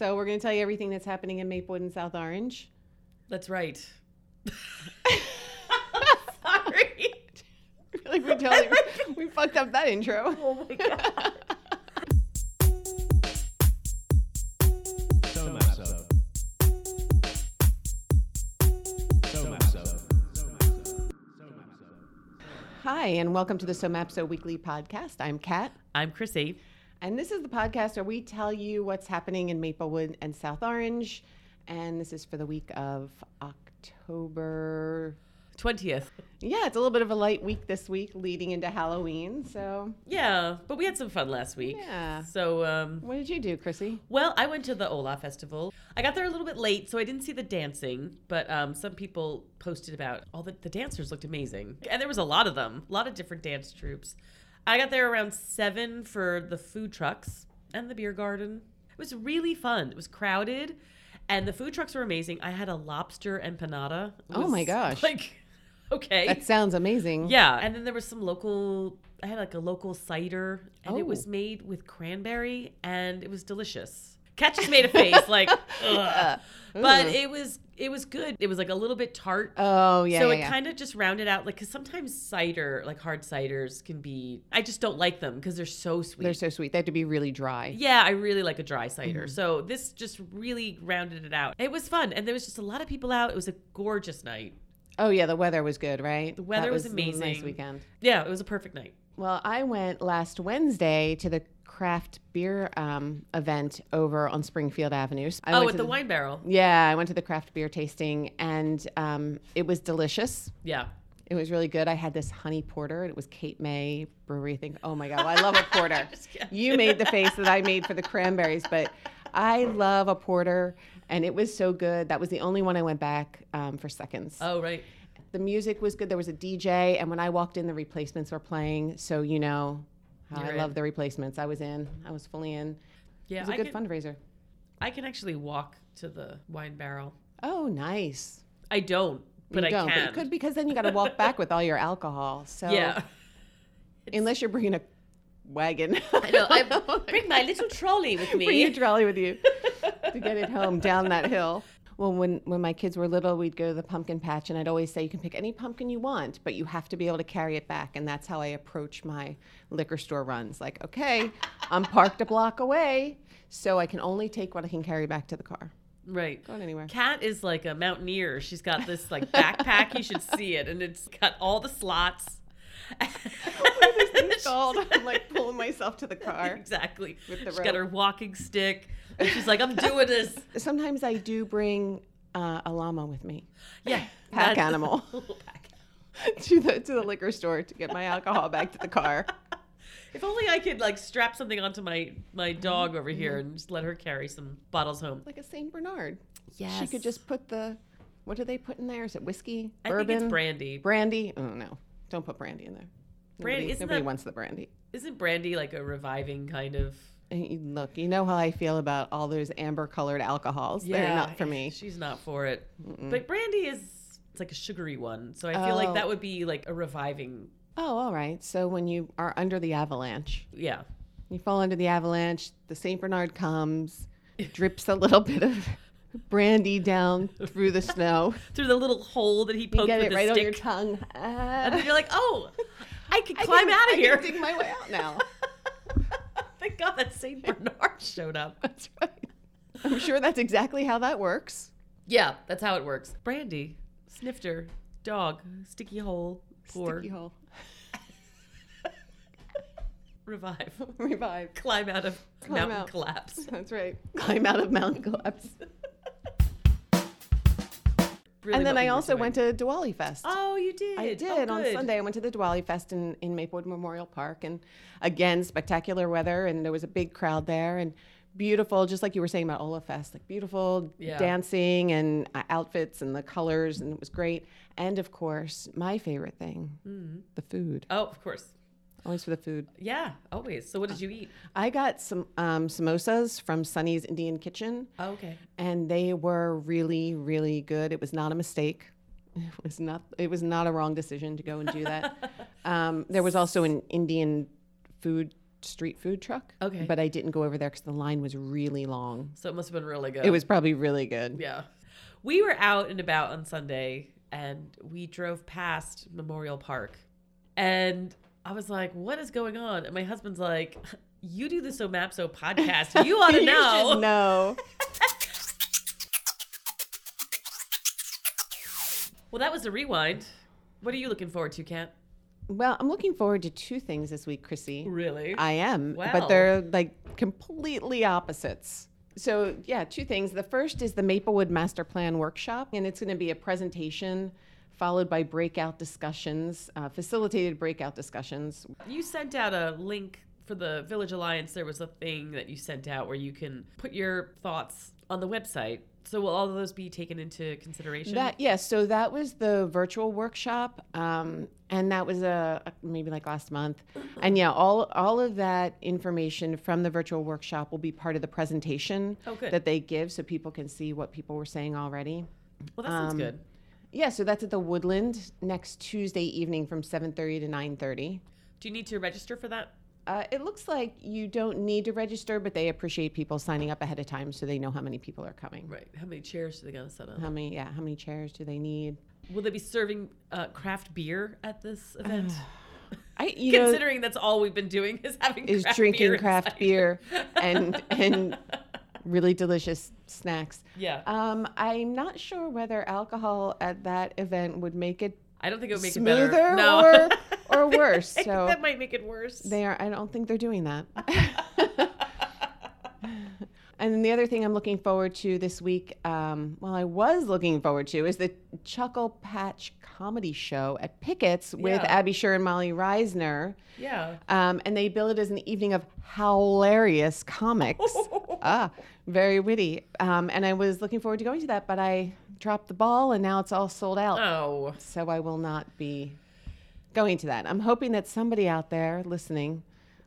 So we're going to tell you everything that's happening in Maplewood and South Orange. That's right. Sorry. Like we totally we fucked up that intro. Oh my god. So much so. So much so. Hi, and welcome to the SoMapso Weekly Podcast. I'm Kat, I'm Chrissy. and this is the podcast where we tell you what's happening in Maplewood and South Orange. And this is for the week of October. 20th. Yeah, it's a little bit of a light week this week leading into Halloween. So, Yeah, but we had some fun last week. Yeah. So, um, what did you do, Chrissy? well, I went to the Ola Festival. I got there a little bit late, so I didn't see the dancing, but um, some people posted about all the, the dancers looked amazing. And there was a lot of them, a lot of different dance troupes. I got there around seven for the food trucks and the beer garden. It was really fun. It was crowded, and the food trucks were amazing. I had a lobster empanada. It Oh my was gosh. Like, okay. That sounds amazing. Yeah, and then there was some local. I had like a local cider, and Oh. it was made with cranberry, and it was delicious. Kat just made a face like, Ugh. but Ooh. it was it was good. It was like a little bit tart. Oh, yeah. so yeah, it yeah. kind of just rounded out, like, because sometimes cider, like hard ciders, can be. I just don't like them because they're so sweet. They're so sweet. They have to be really dry. Yeah, I really like a dry cider. Mm-hmm. So this just really rounded it out. It was fun, and there was just a lot of people out. It was a gorgeous night. Oh yeah, the weather was good, right? The weather was Nice amazing. weekend. Yeah, it was a perfect night. Well, I went last Wednesday to the craft beer um, event over on Springfield Avenue. So I oh, went at to the wine barrel. Yeah, I went to the craft beer tasting, and um, it was delicious. Yeah. It was really good. I had this honey porter. It was Kate May Brewery. Thing. Oh my god, well, I love a porter. Just kidding. you made the face that I made for the cranberries, but I love a porter, and it was so good. That was the only one I went back um, for seconds. Oh, right. The music was good. There was a DJ, and when I walked in, the replacements were playing. So you know, how I You're love in. the replacements. I was in. I was fully in. It Yeah, was a I good can, fundraiser. I can actually walk to the wine barrel. Oh, nice. I don't, but you I don't, can. But you could because then you got to walk back with all your alcohol. So Yeah. unless you're bringing a wagon, I know. I bring my little trolley with me. Oh bring your trolley with you to get it home down that hill. Well, when, when my kids were little, we'd go to the pumpkin patch, and I'd always say, You can pick any pumpkin you want, but you have to be able to carry it back. And that's how I approach my liquor store runs. Like, okay, I'm parked a block away, so I can only take what I can carry back to the car. right. Going anywhere. Kat is like a mountaineer. She's got this like backpack. you should see it, and it's got all the slots. It's cold. I'm like pulling myself to the car. exactly. With the She's got rope. her walking stick. And she's like, I'm doing this. Sometimes I do bring uh, a llama with me. Yeah. Pack that's- animal. Pack. to the to the liquor store to get my alcohol back to the car. If only I could like strap something onto my my dog over Mm-hmm. here and just let her carry some bottles home. Like a Saint Bernard. Yes. She could just put the what do they put in there? Is it whiskey? I bourbon? think it's brandy. brandy? Oh no. Don't put brandy in there. Brandy- nobody isn't nobody that- wants the brandy. Isn't brandy like a reviving kind of? And you- Look, you know how I feel about all those amber colored alcohols. They're not for me. She's not for it. But brandy is it's like a sugary one, so I Oh. feel like that would be like a reviving. Oh, all right. So when you are under the avalanche, Yeah, you fall under the avalanche, the Saint Bernard comes, drips a little bit of brandy down through the snow. through the little hole that he You poked get with it his right stick, on your tongue. Ah. and then you're like, oh, I could I climb can- out I of can here. dig my way out now. Thank God that Saint Bernard showed up. That's right. I'm sure that's exactly how that works. Yeah, that's how it works. Brandy, snifter, dog, sticky hole, pour, Sticky hole. revive, Revive. climb out of Climb mountain out. collapse. That's right. Climb out of mountain collapse. Really and then what we I were also doing. went to Diwali Fest. Oh, you did. I Oh, did on good. Sunday. I went to the Diwali Fest in, in Maplewood Memorial Park, and again, spectacular weather, and there was a big crowd there, and beautiful, just like you were saying about Ola Fest, like beautiful Yeah. dancing and uh, outfits and the colors, and it was great. And of course, my favorite thing, the food. Oh, of course. Always for the food. Yeah, always. So what did you eat? I got some um, samosas from Sunny's Indian Kitchen, Oh, okay. and they were really, really good. It was not a mistake. It was not. It was not a wrong decision to go and do that. um, there was also an Indian food street food truck. Okay. But I didn't go over there because the line was really long. So it must have been really good. It was probably really good. Yeah. We were out and about on Sunday and we drove past Memorial Park. And I was like, what is going on? And my husband's like, you do the So Map So podcast. You ought to You know. should know. Well, that was a rewind. What are you looking forward to, Kat? Well, I'm looking forward to two things this week, Chrissy. Really? I am, Wow. but they're like completely opposites. So, yeah, two things. The first is the Maplewood Master Plan Workshop, and it's going to be a presentation followed by breakout discussions, uh, facilitated breakout discussions. you sent out a link for the Village Alliance. There was a thing that you sent out where you can put your thoughts on the website. So will all of those be taken into consideration? That yes, so that was the virtual workshop, um, and that was a, a- maybe like last month, and yeah, all all of that information from the virtual workshop will be part of the presentation Oh, good. that they give, so people can see what people were saying already. well, that sounds um, good. Yeah, so that's at the Woodland next Tuesday evening from seven thirty to nine thirty. Do you need to register for that? Uh, it looks like you don't need to register, but they appreciate people signing up ahead of time so they know how many people are coming. Right. How many chairs do they gotta set up? How many? Yeah, how many chairs do they need? Will they be serving uh, craft beer at this event? I you know. Considering that's all we've been doing is having is craft drinking beer craft inside. beer and and really delicious snacks. Yeah, Um, I'm not sure whether alcohol at that event would make it I don't think it would make it smoother better. No, or or worse. I think So that might make it worse. they are. I don't think they're doing that. And then the other thing I'm looking forward to this week, um, well, I was looking forward to, is the Chuckle Patch comedy show at Pickett's with Yeah. Abby Sher and Molly Reisner. yeah. Um, and they bill it as an evening of hilarious comics. ah, very witty. Um, and I was looking forward to going to that, but I dropped the ball and now it's all sold out. Oh, So I will not be going to that. I'm hoping that somebody out there listening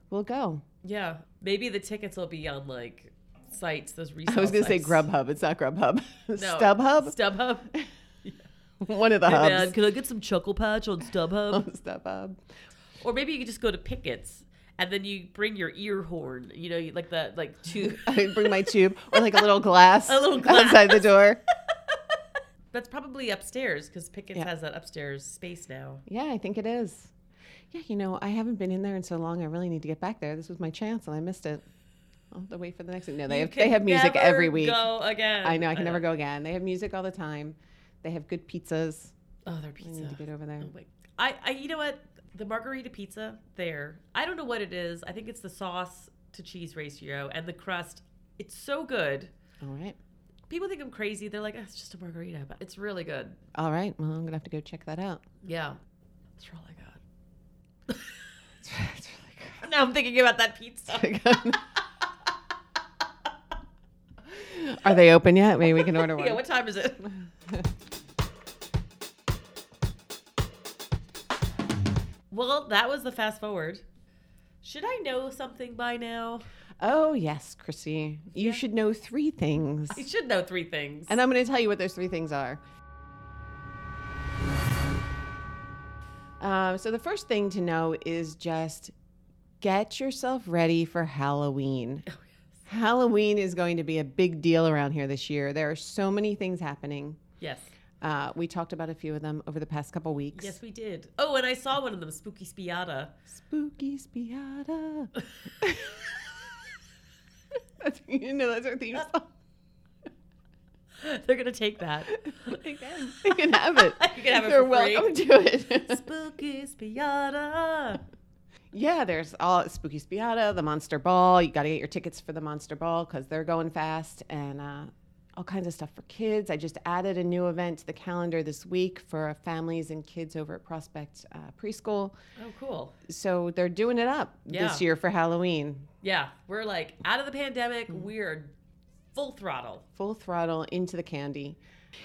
will go. yeah. Maybe the tickets will be on like sites. Those resale. I was going to say sites. Grubhub. It's not Grubhub. No, StubHub? StubHub. Hey, One of the man, hubs. Um, could I get some Chuckle Patch on StubHub? StubHub. Or maybe you could just go to Pickett's and then you bring your ear horn. You know, you- like the like two. I bring my tube or like a little glass, A little glass. outside the door. That's probably upstairs because Pickett's Yeah. has that upstairs space now. Yeah, I think it is. Yeah, you know, I haven't been in there in so long. I really need to get back there. This was my chance, and I missed it. I'll have to wait for the next. No, they You have they can have music never every week. Go again. Uh, I know I can never go again. They have music all the time. They have good pizzas. Oh, their I pizza. need to get over there. Oh my- I, I, you know what? The margarita pizza there. I don't know what it is. I think it's the sauce to cheese ratio and the crust. It's so good. All right, People think I'm crazy. They're like, oh, it's just a margarita, but it's really good. all right. Well, I'm gonna have to go check that out. Yeah. That's all I got. It's really Now I'm thinking about that pizza. good. Are they open yet? Maybe we can order one. yeah. What time is it? well, that was the fast forward. Should I know something by now? oh yes, Chrissy, you should know three things. I should know three things. And I'm going to tell you what those three things are. Um, so the first thing to know is just get yourself ready for Halloween. Oh, Halloween is going to be a big deal around here this year. There are so many things happening. yes. Uh, we talked about a few of them over the past couple weeks. Yes, we did. Oh, and I saw one of them, Spooky Spiata. Spooky Spiata. that's, you know, that's our theme song. They're gonna take that. They can, they can have it. You can have it They're for free. welcome to it. Spooky Spiata. Yeah, there's all Spooky Spiata, the Monster Ball. You got to get your tickets for the Monster Ball because they're going fast, and uh, all kinds of stuff for kids. I just added a new event to the calendar this week for families and kids over at Prospect uh, Preschool. Oh, cool. So they're doing it up Yeah. this year for Halloween. Yeah, we're like out of the pandemic. We're full throttle. Full throttle into the candy.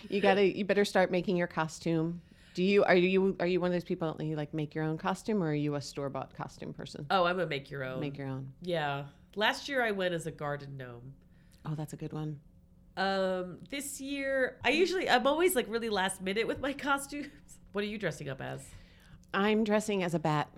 You gotta, you better start making your costume. Do you are you are you one of those people that you like make your own costume, or are you a store bought costume person? Oh, I'm gonna make your own. Make your own. yeah. Last year I went as a garden gnome. Oh, that's a good one. Um, this year I usually I'm always like really last minute with my costumes. What are you dressing up as? I'm dressing as a bat.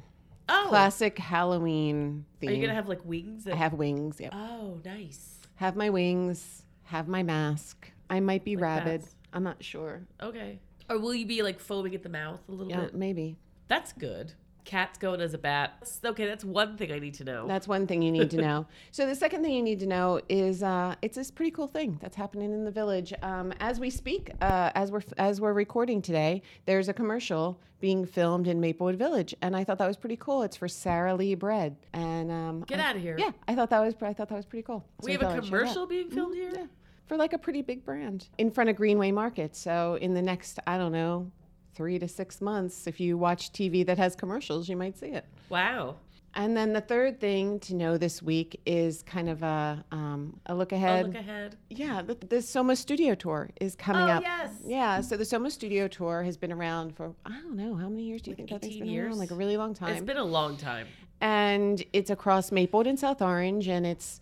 Oh, Classic Halloween theme. are you gonna have like wings? I And- have wings. Yep. Oh, nice. Have my wings. Have my mask. I might be rabid. bats. I'm not sure. Okay. Or will you be like foaming at the mouth a little Yeah, bit? maybe. That's good. Cat's going as a bat. That's- Okay, that's one thing I need to know. That's one thing you need to know. So the second thing you need to know is uh, it's this pretty cool thing that's happening in the village. Um, as we speak, uh, as we're as we're recording today, there's a commercial being filmed in Maplewood Village, and I thought that was pretty cool. It's for Sara Lee Bread, and um, Get I- out of here. Yeah, I thought that was I thought that was pretty cool. So I We have a thought I'd share that. commercial being filmed here? Mm, Yeah, for like a pretty big brand in front of Greenway Market. So in the next, I don't know, three to six months, if you watch TV that has commercials, you might see it. Wow. And then the third thing to know this week is kind of a um, a look I'll ahead. look ahead. Yeah, the, the Soma Studio Tour is coming Oh, up. yes. Yeah, so the Soma Studio Tour has been around for I don't know how many years do you Like think that thing's 18 been years? around? Like a really long time. It's been a long time. and it's across Maplewood and South Orange, and it's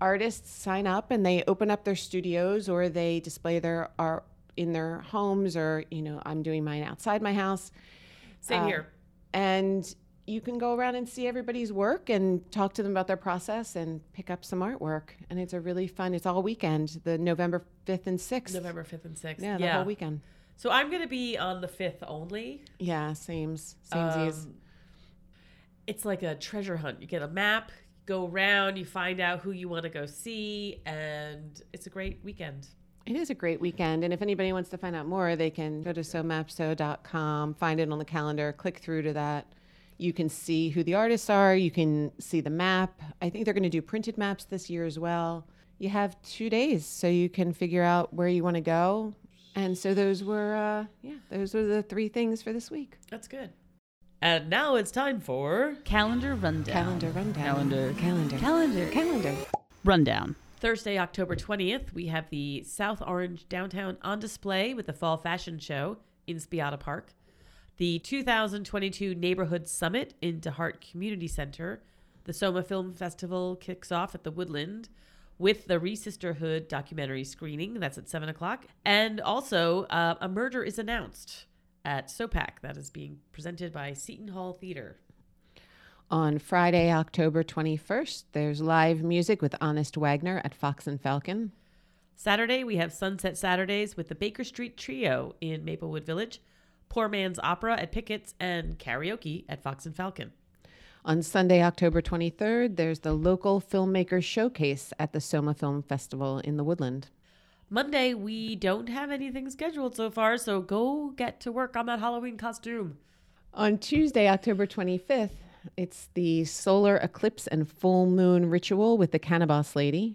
artists sign up and they open up their studios or they display their art in their homes or you know I'm doing mine outside my house Same Uh, here. and you can go around and see everybody's work and talk to them about their process and pick up some artwork. And it's a really fun. It's all weekend, the November fifth and sixth. November 5th and 6th. Yeah, the whole weekend. So I'm going to be on the 5th only. Yeah, same's samesies. Um, it's like a treasure hunt. You get a map, go around, you find out who you want to go see, and it's a great weekend. it is a great weekend, and if anybody wants to find out more, they can go to somapso.com, find it on the calendar, click through to that. You can see who the artists are. You can see the map. I think they're going to do printed maps this year as well. You have two days, so you can figure out where you want to go. And so those were, uh, yeah, those were the three things for this week. That's good. And now it's time for Calendar rundown. Calendar rundown. Calendar. Calendar. Calendar. Calendar. rundown. Thursday, October 20th, we have the South Orange Downtown on display with the Fall Fashion Show in Spiata Park, the 2022 Neighborhood Summit in DeHart Community Center. The Soma Film Festival kicks off at the Woodland with the Re Sisterhood documentary screening. That's at 7 o'clock. And also, uh, a murder is announced at SOPAC that is being presented by Seton Hall Theater. On Friday, October 21st, there's live music with Honest Wagner at Fox and Falcon. Saturday, we have Sunset Saturdays with the Baker Street Trio in Maplewood Village, Poor Man's Opera at Pickett's, and karaoke at Fox and Falcon. On Sunday, October 23rd, there's the local filmmaker showcase at the Soma Film Festival in the Woodland. Monday, we don't have anything scheduled so far, so go get to work on that Halloween costume. On Tuesday, October 25th, it's the solar eclipse and full moon ritual with the Cannabis Lady.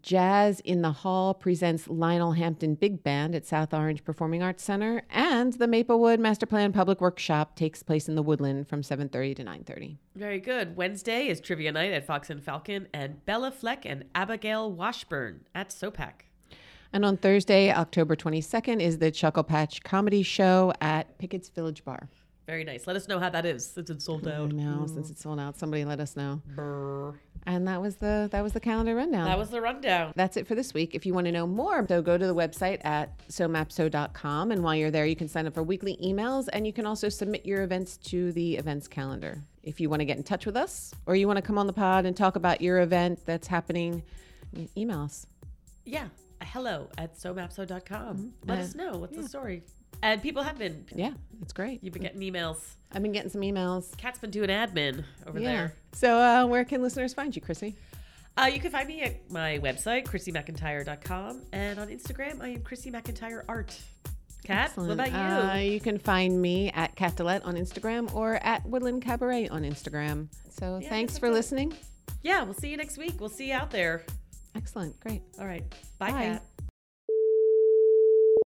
Jazz in the Hall presents Lionel Hampton Big Band at South Orange Performing Arts Center, and the Maplewood Master Plan Public Workshop takes place in the Woodland from 7:30 to 9:30. Very good. Wednesday is trivia night at Fox and Falcon, and Bella Fleck and Abigail Washburn at SOPAC. And on Thursday, October 22nd, is the Chuckle Patch Comedy Show at Pickett's Village Bar. Very nice. Let us know how that is since it's sold Oh out. no! Since it's sold out, somebody let us know. Mm-hmm. Brr. And that was the that was the calendar rundown. That was the rundown. That's it for this week. If you want to know more, so go to the website at somapso.com. And while you're there, you can sign up for weekly emails and you can also submit your events to the events calendar. If you want to get in touch with us or you want to come on the pod and talk about your event that's happening, email us. Yeah. Hello at somapso.com. Let us know what's the story. And people have been. Yeah, it's great. You've been getting emails. I've been getting some emails. Cat's been doing admin over Yeah. there. So, uh, where can listeners find you, Chrissy? Uh, you can find me at my website, chrissymcintyre.com. And on Instagram, I am Chrissy McIntyre Art. Cat, what about you? Uh, you can find me at Cat Dillette on Instagram or at Woodland Cabaret on Instagram. So, guess thanks that's for it. listening. yeah, we'll see you next week. We'll see you out there. Excellent. Great. All right. Bye, Bye. Cat.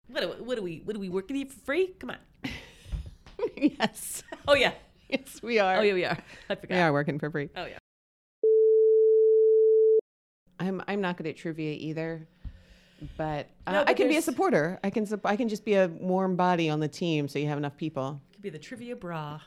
What are, what are we? What are we working here for free? Come on. yes. Oh yeah. Yes, we are. Oh yeah, we are. I We forgot. are working for free. Oh yeah. I'm I'm not good at trivia either, but, uh, No, but I can be a there's- supporter. I can sup- I can just be a warm body on the team, so you have enough people. Could be the trivia bra.